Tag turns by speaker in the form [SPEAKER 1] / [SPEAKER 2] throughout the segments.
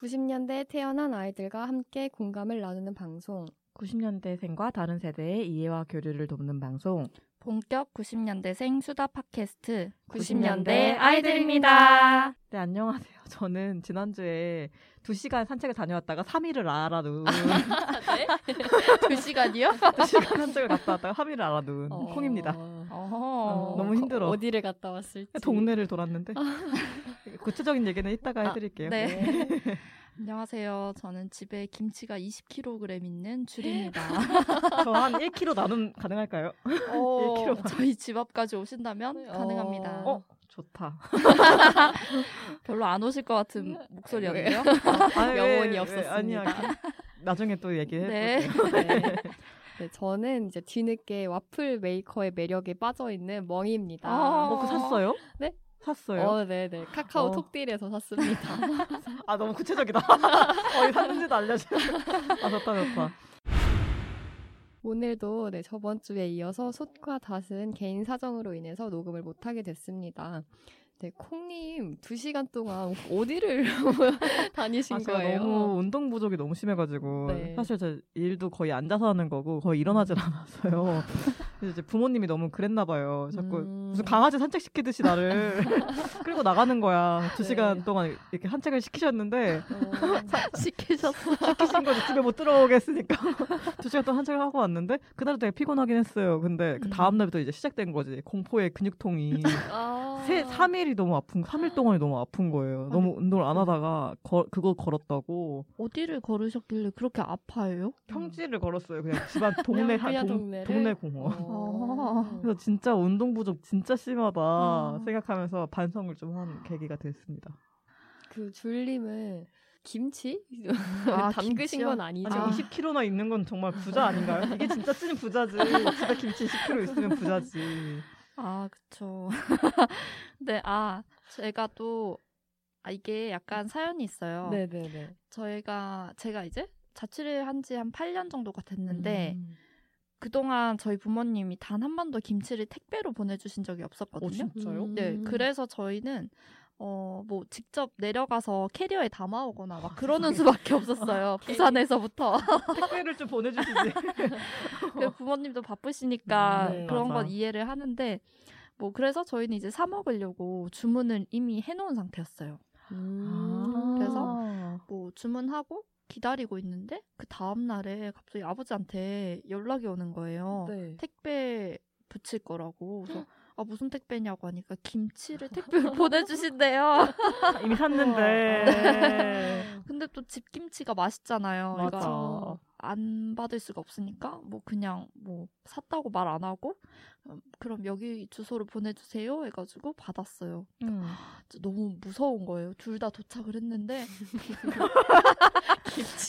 [SPEAKER 1] 90년대에 태어난 아이들과 함께 공감을 나누는 방송.
[SPEAKER 2] 90년대생과 다른 세대의 이해와 교류를 돕는 방송.
[SPEAKER 3] 본격 90년대생 수다 팟캐스트
[SPEAKER 1] 90년대
[SPEAKER 3] 90년대
[SPEAKER 1] 아이들입니다.
[SPEAKER 3] 아이들입니다.
[SPEAKER 2] 네, 안녕하세요. 저는 지난주에 2시간 산책을 다녀왔다가 3일을 알아둔,
[SPEAKER 3] 두그 시간이요?
[SPEAKER 2] 2시간 산책을 갔다 왔다가 3일을 알아둔
[SPEAKER 1] 어,
[SPEAKER 2] 콩입니다.
[SPEAKER 3] 어,
[SPEAKER 2] 너무 힘들어.
[SPEAKER 1] 어디를 갔다 왔을지.
[SPEAKER 2] 동네를 돌았는데.
[SPEAKER 1] 아.
[SPEAKER 2] 구체적인 얘기는 이따가
[SPEAKER 3] 아,
[SPEAKER 2] 해드릴게요.
[SPEAKER 3] 네. 안녕하세요. 저는 집에 김치가 20kg 있는 줄입니다.
[SPEAKER 2] 저 한 1kg 나눔 가능할까요?
[SPEAKER 3] 어, 네.
[SPEAKER 2] 1kg.
[SPEAKER 3] 저희 집 앞까지 오신다면
[SPEAKER 1] 어.
[SPEAKER 3] 가능합니다.
[SPEAKER 2] 어? 좋다.
[SPEAKER 3] 별로 안 오실 것 같은 목소리였네요.
[SPEAKER 2] 아,
[SPEAKER 1] 영혼이
[SPEAKER 2] 왜, 왜,
[SPEAKER 1] 없었습니다.
[SPEAKER 2] 아니야. 나중에 또 얘기해
[SPEAKER 3] 네.
[SPEAKER 2] 볼게요.
[SPEAKER 1] 네. 네, 저는 이제 뒤늦게 와플 메이커의 매력에 빠져 있는 멍이입니다.
[SPEAKER 3] 아.
[SPEAKER 2] 어, 그거 샀어요?
[SPEAKER 1] 네?
[SPEAKER 2] 샀어요.
[SPEAKER 1] 어, 네, 네. 카카오
[SPEAKER 2] 어.
[SPEAKER 1] 톡딜에서 샀습니다.
[SPEAKER 2] 아 너무 구체적이다. 어, 이 샀는지도 알려줘. 아 좋다 좋다.
[SPEAKER 1] 오늘도 네, 저번 주에 이어서 솥과 닷은 개인 사정으로 인해서 녹음을 못하게 됐습니다. 네, 콩님, 두 시간 동안 어디를 다니신
[SPEAKER 2] 아, 제가
[SPEAKER 1] 거예요?
[SPEAKER 2] 너무 운동 부족이 너무 심해가지고
[SPEAKER 1] 네. 음.
[SPEAKER 2] 사실 제 일도 거의 앉아서 하는 거고 거의 일어나질 않았어요. 근데 이제 부모님이 너무 그랬나 봐요. 자꾸
[SPEAKER 1] 음.
[SPEAKER 2] 무슨 강아지 산책 시키듯이 나를 끌고 나가는 거야. 두
[SPEAKER 1] 네.
[SPEAKER 2] 시간 동안 이렇게 산책을 시키셨는데
[SPEAKER 1] 어,
[SPEAKER 3] 시키셨어.
[SPEAKER 2] 시키신 거지 집에 못 들어오겠으니까 두 시간 동안 산책을 하고 왔는데 그날은 되게 피곤하긴 했어요. 근데 그 다음 날부터 이제 시작된 거지 공포의 근육통이.
[SPEAKER 1] 아.
[SPEAKER 2] 세, 3일이 너무 아픈, 3일 동안이 너무 아픈 거예요. 너무 운동을 안 하다가 거- 그거 걸었다고
[SPEAKER 3] 어디를 걸으셨길래 그렇게 아파요?
[SPEAKER 2] 평지를 걸었어요. 그냥 집안 동네,
[SPEAKER 1] 그냥 그냥
[SPEAKER 2] 한 동,
[SPEAKER 1] 동네를?
[SPEAKER 2] 동네 공원.
[SPEAKER 1] 어.
[SPEAKER 2] 그래서 진짜 운동 부족 진짜 심하다
[SPEAKER 3] 아.
[SPEAKER 2] 생각하면서 반성을 좀 한 계기가 됐습니다.
[SPEAKER 1] 그 줄님은 김치?
[SPEAKER 3] 아,
[SPEAKER 1] 담그신
[SPEAKER 3] 김치요?
[SPEAKER 1] 건 아니죠?
[SPEAKER 2] 아니
[SPEAKER 3] 아.
[SPEAKER 2] 20kg나 있는 건 정말 부자 아닌가요? 이게 진짜 찐 부자지. 집에 김치 10kg 있으면 부자지.
[SPEAKER 3] 아, 그쵸. 네, 아, 제가 또, 아, 이게 약간 사연이 있어요.
[SPEAKER 1] 아. 네네네.
[SPEAKER 3] 저희가, 제가 이제 자취를 한 지 한 8년 정도가 됐는데,
[SPEAKER 2] 음.
[SPEAKER 3] 그동안 저희 부모님이 단 한 번도 김치를 택배로 보내주신 적이 없었거든요.
[SPEAKER 2] 어, 진짜요?
[SPEAKER 1] 음.
[SPEAKER 2] 음.
[SPEAKER 3] 네, 그래서 저희는, 어, 뭐, 직접 내려가서 캐리어에 담아오거나 막 그러는 수밖에
[SPEAKER 2] 아,
[SPEAKER 3] 없었어요. 부산에서부터.
[SPEAKER 2] 택배를 좀 보내주시지.
[SPEAKER 3] 그 부모님도 바쁘시니까
[SPEAKER 2] 음,
[SPEAKER 3] 그런
[SPEAKER 2] 맞아.
[SPEAKER 3] 건 이해를 하는데 뭐 그래서 저희는 이제 사 먹으려고 주문을 이미 해놓은 상태였어요.
[SPEAKER 1] 음.
[SPEAKER 3] 그래서 뭐 주문하고 기다리고 있는데 그 다음 날에 갑자기 아버지한테 연락이 오는 거예요.
[SPEAKER 1] 네.
[SPEAKER 3] 택배 붙일 거라고. 그래서 아 무슨 택배냐고 하니까 김치를 택배로 보내주신대요.
[SPEAKER 2] 이미
[SPEAKER 1] 네.
[SPEAKER 2] 샀는데.
[SPEAKER 3] 근데 또 집김치가 맛있잖아요.
[SPEAKER 2] 맞아.
[SPEAKER 3] 그러니까 안 받을 수가 없으니까 뭐 그냥 뭐 샀다고 말 안 하고 음, 그럼 여기 주소로 보내주세요 해가지고 받았어요.
[SPEAKER 2] 음.
[SPEAKER 1] 아.
[SPEAKER 3] 진짜 너무 무서운 거예요. 둘 다 도착을 했는데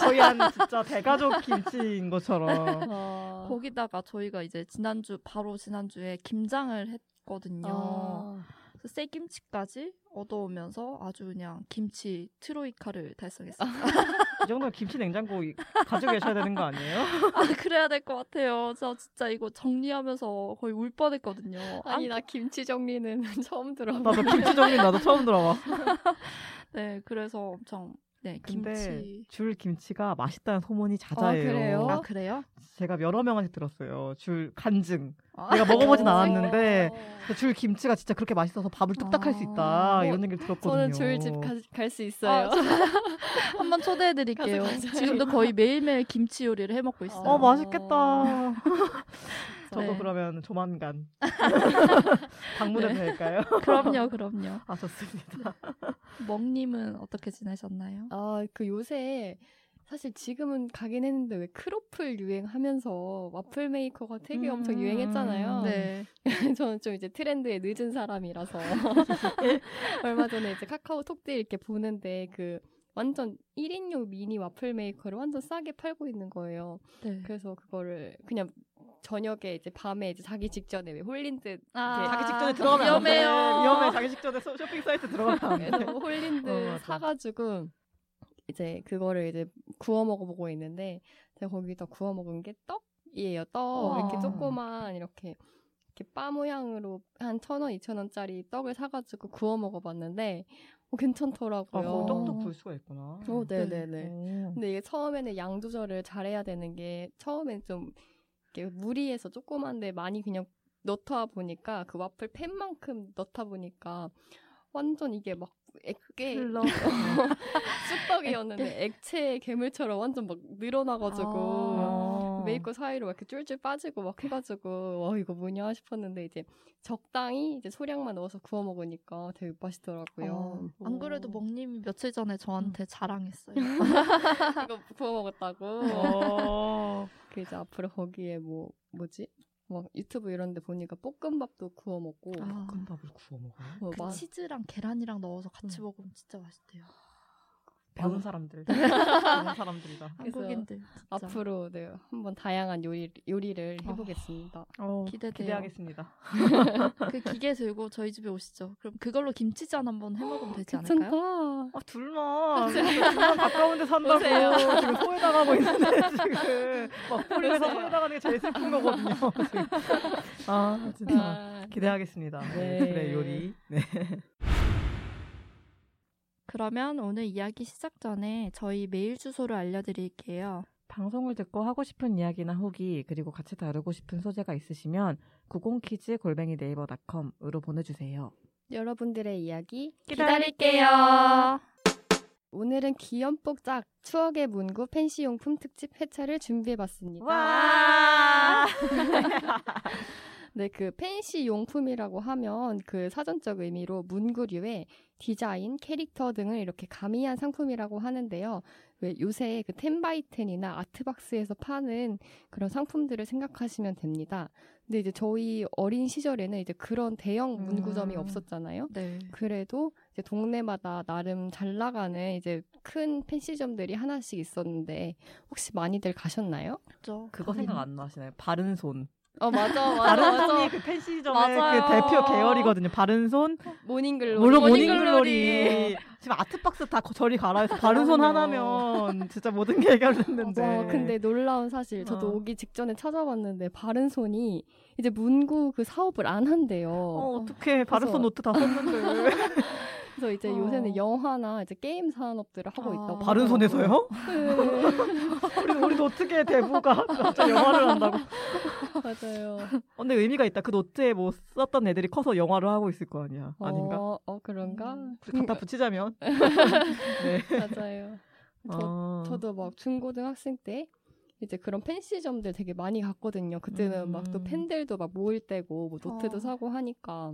[SPEAKER 2] 거의 한 진짜 대가족 김치인 것처럼.
[SPEAKER 1] 아.
[SPEAKER 3] 거기다가 저희가 이제 지난주 바로 지난주에 김장을 했거든요.
[SPEAKER 1] 아.
[SPEAKER 3] 그래서 새 김치까지 얻어오면서 아주 그냥 김치 트로이카를 달성했어요.
[SPEAKER 2] 이 정도면 김치 냉장고 이- 가지고 계셔야 되는 거 아니에요?
[SPEAKER 3] 아 그래야 될 것 같아요. 저 진짜 이거 정리하면서 거의 울 뻔했거든요.
[SPEAKER 1] 아니 나 김치 정리는 처음 들어봐.
[SPEAKER 2] 나도 김치 정리 나도 처음 들어봐.
[SPEAKER 3] 네 그래서 엄청 네
[SPEAKER 2] 근데
[SPEAKER 3] 김치
[SPEAKER 2] 줄 김치가 맛있다는 소문이 자자해요.
[SPEAKER 1] 아, 그래요?
[SPEAKER 3] 아 그래요?
[SPEAKER 2] 제가 여러 명한테 들었어요. 줄 간증.
[SPEAKER 3] 아.
[SPEAKER 2] 내가 먹어보진
[SPEAKER 1] 어.
[SPEAKER 2] 않았는데
[SPEAKER 1] 어.
[SPEAKER 2] 줄 김치가 진짜 그렇게 맛있어서 밥을 뚝딱 할 수
[SPEAKER 3] 아.
[SPEAKER 2] 있다 이런 얘기를
[SPEAKER 1] 저는
[SPEAKER 2] 들었거든요.
[SPEAKER 1] 줄집 갈 수
[SPEAKER 3] 아,
[SPEAKER 1] 있어요.
[SPEAKER 3] 저- 한번 초대해 드릴게요.
[SPEAKER 1] 가서 가자.
[SPEAKER 3] 지금도 거의 매일매일 김치 요리를 해 먹고 있어요.
[SPEAKER 2] 어 맛있겠다. 저도
[SPEAKER 3] 네.
[SPEAKER 2] 그러면 조만간
[SPEAKER 1] 네.
[SPEAKER 2] 방문해도 될까요?
[SPEAKER 3] 그럼요, 그럼요.
[SPEAKER 2] 아 좋습니다.
[SPEAKER 3] 먹님은 어떻게 지내셨나요?
[SPEAKER 1] 아, 그 요새 사실 지금은 가긴 했는데 왜 크로플 유행하면서 와플 메이커가 되게 엄청
[SPEAKER 2] 음,
[SPEAKER 1] 유행했잖아요.
[SPEAKER 3] 네.
[SPEAKER 1] 저는 좀 이제 트렌드에 늦은 사람이라서 얼마 전에 이제 카카오톡들 이렇게 보는데 그 완전 1인용 미니 와플 메이커를 완전 싸게 팔고 있는 거예요.
[SPEAKER 3] 네.
[SPEAKER 1] 그래서 그거를 그냥 저녁에 이제 밤에 이제 자기 직전에 왜 홀린 듯
[SPEAKER 3] 아,
[SPEAKER 2] 자기 직전에 들어가면 안 돼.
[SPEAKER 3] 위험해요.
[SPEAKER 2] 위험해. 자기 직전에 소- 쇼핑 사이트 들어가면 안 돼.
[SPEAKER 1] 그래서 홀린 듯
[SPEAKER 2] 아, 어, 맞아.
[SPEAKER 1] 사가지고 이제 그거를 이제 구워 먹어보고 있는데 제가 거기다 구워 먹은 게 떡이에요. 떡
[SPEAKER 3] 우와.
[SPEAKER 1] 이렇게 조그만 이렇게 이렇게 빠 모양으로 한 천 원, 이천 원짜리 떡을 사가지고 구워 먹어봤는데 어, 괜찮더라고요.
[SPEAKER 3] 그거
[SPEAKER 2] 아, 떡도
[SPEAKER 3] 떡도
[SPEAKER 2] 구울
[SPEAKER 3] 구울
[SPEAKER 2] 수가 있구나.
[SPEAKER 1] 어, 네, 네,
[SPEAKER 3] 네.
[SPEAKER 1] 네. 근데 이게 처음에는 양 조절을 잘해야 되는 게 처음엔 좀 이렇게 무리해서 조그만데 많이 그냥 넣다 보니까 그 와플 팬만큼 넣다 보니까 완전 이게 막 액게 쑥떡이었는데 액체 괴물처럼 완전 막
[SPEAKER 3] 아.
[SPEAKER 1] 늘어나가지고
[SPEAKER 2] 아.
[SPEAKER 1] 메이커 사이로 막 이렇게 쫄쫄 빠지고 막 해가지고 와 이거 뭐냐 싶었는데 이제 적당히 이제 소량만 넣어서 구워 먹으니까 되게 맛있더라고요.
[SPEAKER 3] 어, 안 그래도 먹님이 며칠 전에 저한테 자랑했어요.
[SPEAKER 1] 이거 음. 구워 먹었다고.
[SPEAKER 2] 어.
[SPEAKER 1] 그 이제 앞으로 거기에 뭐 뭐지? 막 유튜브 이런데 보니까 볶음밥도 구워 먹고
[SPEAKER 3] 아,
[SPEAKER 2] 볶음밥을 구워 먹어요.
[SPEAKER 1] 뭐
[SPEAKER 3] 그
[SPEAKER 1] 마-
[SPEAKER 3] 치즈랑 계란이랑 넣어서 같이
[SPEAKER 2] 음.
[SPEAKER 3] 먹으면 진짜 맛있대요.
[SPEAKER 2] 배운 사람들. 배운 사람들이다.
[SPEAKER 1] 그래서
[SPEAKER 3] 한국인들 진짜.
[SPEAKER 1] 앞으로 네, 한번 다양한 요리 요리를 해보겠습니다.
[SPEAKER 2] 어,
[SPEAKER 3] 기대돼요.
[SPEAKER 2] 기대하겠습니다.
[SPEAKER 3] 그 기계 들고 저희 집에 오시죠. 그럼 그걸로 김치전 한번 해먹으면 되지
[SPEAKER 1] 괜찮다.
[SPEAKER 3] 않을까요?
[SPEAKER 2] 아, 둘만. 둘만 가까운 데 산다고 지금 소외당하고 있는데 지금 막폴리에서
[SPEAKER 1] 오세요.
[SPEAKER 2] 소외당하는 게 제일 슬픈 거거든요. 지금. 아, 진짜.
[SPEAKER 1] 아,
[SPEAKER 2] 기대하겠습니다. 네.
[SPEAKER 1] 네.
[SPEAKER 2] 둘의 요리. 네.
[SPEAKER 3] 그러면 오늘 이야기 시작 전에 저희 메일 주소를 알려드릴게요.
[SPEAKER 4] 방송을 듣고 하고 싶은 이야기나 후기 그리고 같이 다루고 싶은 소재가 있으시면 90키즈 골뱅이 네이버닷컴으로 보내주세요.
[SPEAKER 1] 여러분들의 이야기
[SPEAKER 3] 기다릴게요.
[SPEAKER 1] 오늘은 귀염뽀짝 추억의 문구 팬시용품 특집 회차를 준비해봤습니다.
[SPEAKER 2] 와!
[SPEAKER 1] 네, 그 팬시 용품이라고 하면 그 사전적 의미로 문구류의 디자인, 캐릭터 등을 이렇게 가미한 상품이라고 하는데요. 왜 요새 그 텐바이텐이나 아트박스에서 파는 그런 상품들을 생각하시면 됩니다. 근데 이제 저희 어린 시절에는 이제 그런 대형 문구점이
[SPEAKER 2] 음.
[SPEAKER 1] 없었잖아요.
[SPEAKER 3] 네.
[SPEAKER 1] 그래도 이제 동네마다 나름 잘 나가는 이제 큰 팬시점들이 하나씩 있었는데 혹시 많이들 가셨나요?
[SPEAKER 3] 그죠.
[SPEAKER 2] 그거 생각 안 나시나요? 바른 손.
[SPEAKER 1] 어 맞아
[SPEAKER 2] 바른 손이 그 팬시점의 그
[SPEAKER 3] 맞아요.
[SPEAKER 2] 대표 계열이거든요. 바른 손,
[SPEAKER 1] 모닝글로리
[SPEAKER 2] 물론
[SPEAKER 3] 모닝
[SPEAKER 2] 모닝글로리. 지금 아트박스 다 거- 저리 가라 해서 바른 손
[SPEAKER 1] 그럼요.
[SPEAKER 2] 하나면 진짜 모든 게 해결됐는데.
[SPEAKER 1] 맞아. 근데 놀라운 사실 저도
[SPEAKER 2] 네. 어.
[SPEAKER 1] 오기 직전에 찾아봤는데 바른 손이 이제 문구 그 사업을 안 한대요.
[SPEAKER 2] 어, 어떡해. 바른
[SPEAKER 1] 그래서-
[SPEAKER 2] 손 노트 다 썼는데.
[SPEAKER 1] 그래서 이제
[SPEAKER 3] 어.
[SPEAKER 1] 요새는 영화나 이제 게임 산업들을 하고
[SPEAKER 3] 아.
[SPEAKER 1] 있다고.
[SPEAKER 2] 바른 손에서요?
[SPEAKER 1] 하더라고요.
[SPEAKER 2] 우리, 우리도 어떻게 대부가 갑자기 영화를 한다고.
[SPEAKER 1] 네, 맞아요.
[SPEAKER 2] 어, 근데 의미가 있다. 그 노트에 뭐 썼던 애들이 커서 영화를 하고 있을 거 아니야. 아닌가?
[SPEAKER 1] 어, 어, 그런가?
[SPEAKER 3] 음.
[SPEAKER 2] 갖다 붙이자면. 네.
[SPEAKER 1] 맞아요. 저-
[SPEAKER 2] 어.
[SPEAKER 1] 저도 막 중고등학생 때 이제 그런 팬시점들 되게 많이 갔거든요. 그때는 막 또
[SPEAKER 2] 음. 아.
[SPEAKER 1] 팬들도 막 모일 때고 뭐 노트도
[SPEAKER 3] 어.
[SPEAKER 1] 사고 하니까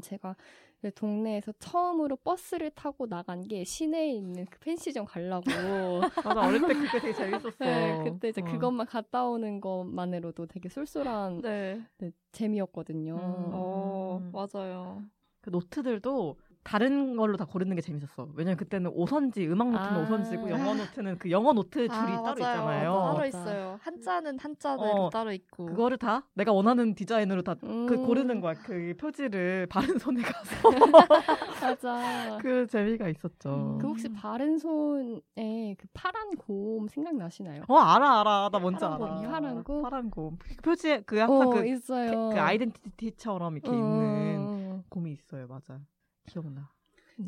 [SPEAKER 1] 제가 이제 동네에서 처음으로 버스를 타고 나간 게 시내에 있는 그 팬시점 가려고
[SPEAKER 2] 맞아. 어릴 때 그게 되게 재밌었어.
[SPEAKER 1] 네, 그때 이제
[SPEAKER 2] 어.
[SPEAKER 1] 그것만 갔다 오는 것만으로도 되게 쏠쏠한
[SPEAKER 3] 네.
[SPEAKER 1] 네, 재미였거든요.
[SPEAKER 2] 음.
[SPEAKER 3] 어,
[SPEAKER 2] 음.
[SPEAKER 3] 맞아요.
[SPEAKER 2] 그 노트들도 다른 걸로 다 고르는 게 재밌었어. 왜냐면 그때는 오선지, 음악 노트는
[SPEAKER 1] 아.
[SPEAKER 2] 오선지고 영어 노트는 그 영어 노트 줄이 따로
[SPEAKER 3] 아, 맞아요.
[SPEAKER 2] 있잖아요.
[SPEAKER 3] 따로
[SPEAKER 1] 맞아.
[SPEAKER 3] 있어요. 음. 한자는 한자대로
[SPEAKER 2] 어,
[SPEAKER 3] 따로 있고.
[SPEAKER 2] 그거를 다 내가 원하는 디자인으로 다 그
[SPEAKER 1] 음.
[SPEAKER 2] 고르는 거야. 그 표지를 바른 손에 가서
[SPEAKER 1] 맞아. 그,
[SPEAKER 2] 그 재미가 있었죠.
[SPEAKER 3] 음.
[SPEAKER 1] 혹시 바른 손에 그 파란 곰 생각나시나요?
[SPEAKER 2] 어 알아 알아 나 뭔지
[SPEAKER 3] 파란
[SPEAKER 2] 알아.
[SPEAKER 3] 곰이요?
[SPEAKER 1] 파란 곰?
[SPEAKER 2] 파란 곰. 그 표지에 그 항상 그,
[SPEAKER 1] 있어요.
[SPEAKER 2] 그 아이덴티티처럼
[SPEAKER 1] 어.
[SPEAKER 2] 이렇게 있는 음.
[SPEAKER 1] 음.
[SPEAKER 2] 곰이 있어요. 맞아. 기억나.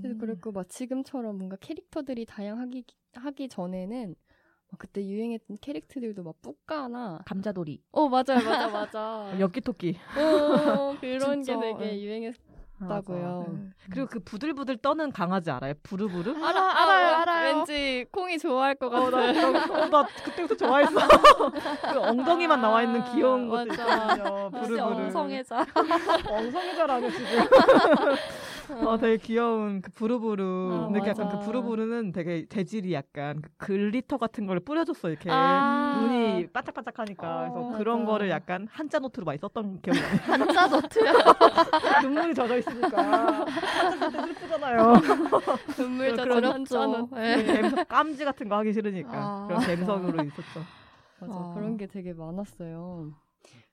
[SPEAKER 1] 그래서 그렇고 막 지금처럼 뭔가 캐릭터들이 다양하기 하기 전에는 막 그때 유행했던 캐릭터들도 막 뿌까나
[SPEAKER 4] 감자돌이,
[SPEAKER 1] 어 맞아요 맞아 맞아
[SPEAKER 2] 엽기 토끼.
[SPEAKER 1] 어, 그런
[SPEAKER 3] 진짜,
[SPEAKER 1] 게 되게
[SPEAKER 3] 예.
[SPEAKER 1] 유행했다고요.
[SPEAKER 3] 네.
[SPEAKER 2] 그리고 그 부들부들 떠는 강아지 알아요? 부르부르?
[SPEAKER 3] 알아, 알아요, 알아요.
[SPEAKER 1] 왠지 콩이 좋아할 것
[SPEAKER 2] 어, 나,
[SPEAKER 1] 같은.
[SPEAKER 2] 나, 나 그때부터 좋아했어. 그 엉덩이만 나와 있는 귀여운 것들
[SPEAKER 1] 아, 맞아.
[SPEAKER 2] 있거든요.
[SPEAKER 3] 혹시
[SPEAKER 2] 부르부르.
[SPEAKER 3] 엉성애자.
[SPEAKER 2] 엉성이자라고 지금. 어, 되게 귀여운 그 부르부르.
[SPEAKER 1] 아,
[SPEAKER 2] 근데
[SPEAKER 1] 맞아.
[SPEAKER 2] 약간 그 부르부르는 되게 재질이 약간 그 글리터 같은 걸 뿌려줬어 이렇게.
[SPEAKER 1] 아.
[SPEAKER 2] 눈이 반짝반짝하니까 그래서
[SPEAKER 1] 어,
[SPEAKER 2] 그런
[SPEAKER 1] 맞아.
[SPEAKER 2] 거를 약간 한자 노트로 많이 썼던 기억이 나요.
[SPEAKER 3] 한자 노트요?
[SPEAKER 2] 눈물이 젖어 있으니까 한자 쓸때 슬프잖아요.
[SPEAKER 3] 어,
[SPEAKER 1] 눈물
[SPEAKER 2] 그런
[SPEAKER 1] 저런 한자는.
[SPEAKER 3] 네.
[SPEAKER 2] 갬성, 깜지 같은 거 하기 싫으니까
[SPEAKER 3] 아.
[SPEAKER 2] 그런 갬성으로 있었죠.
[SPEAKER 1] 맞아
[SPEAKER 3] 아.
[SPEAKER 1] 어. 그런 게 되게 많았어요.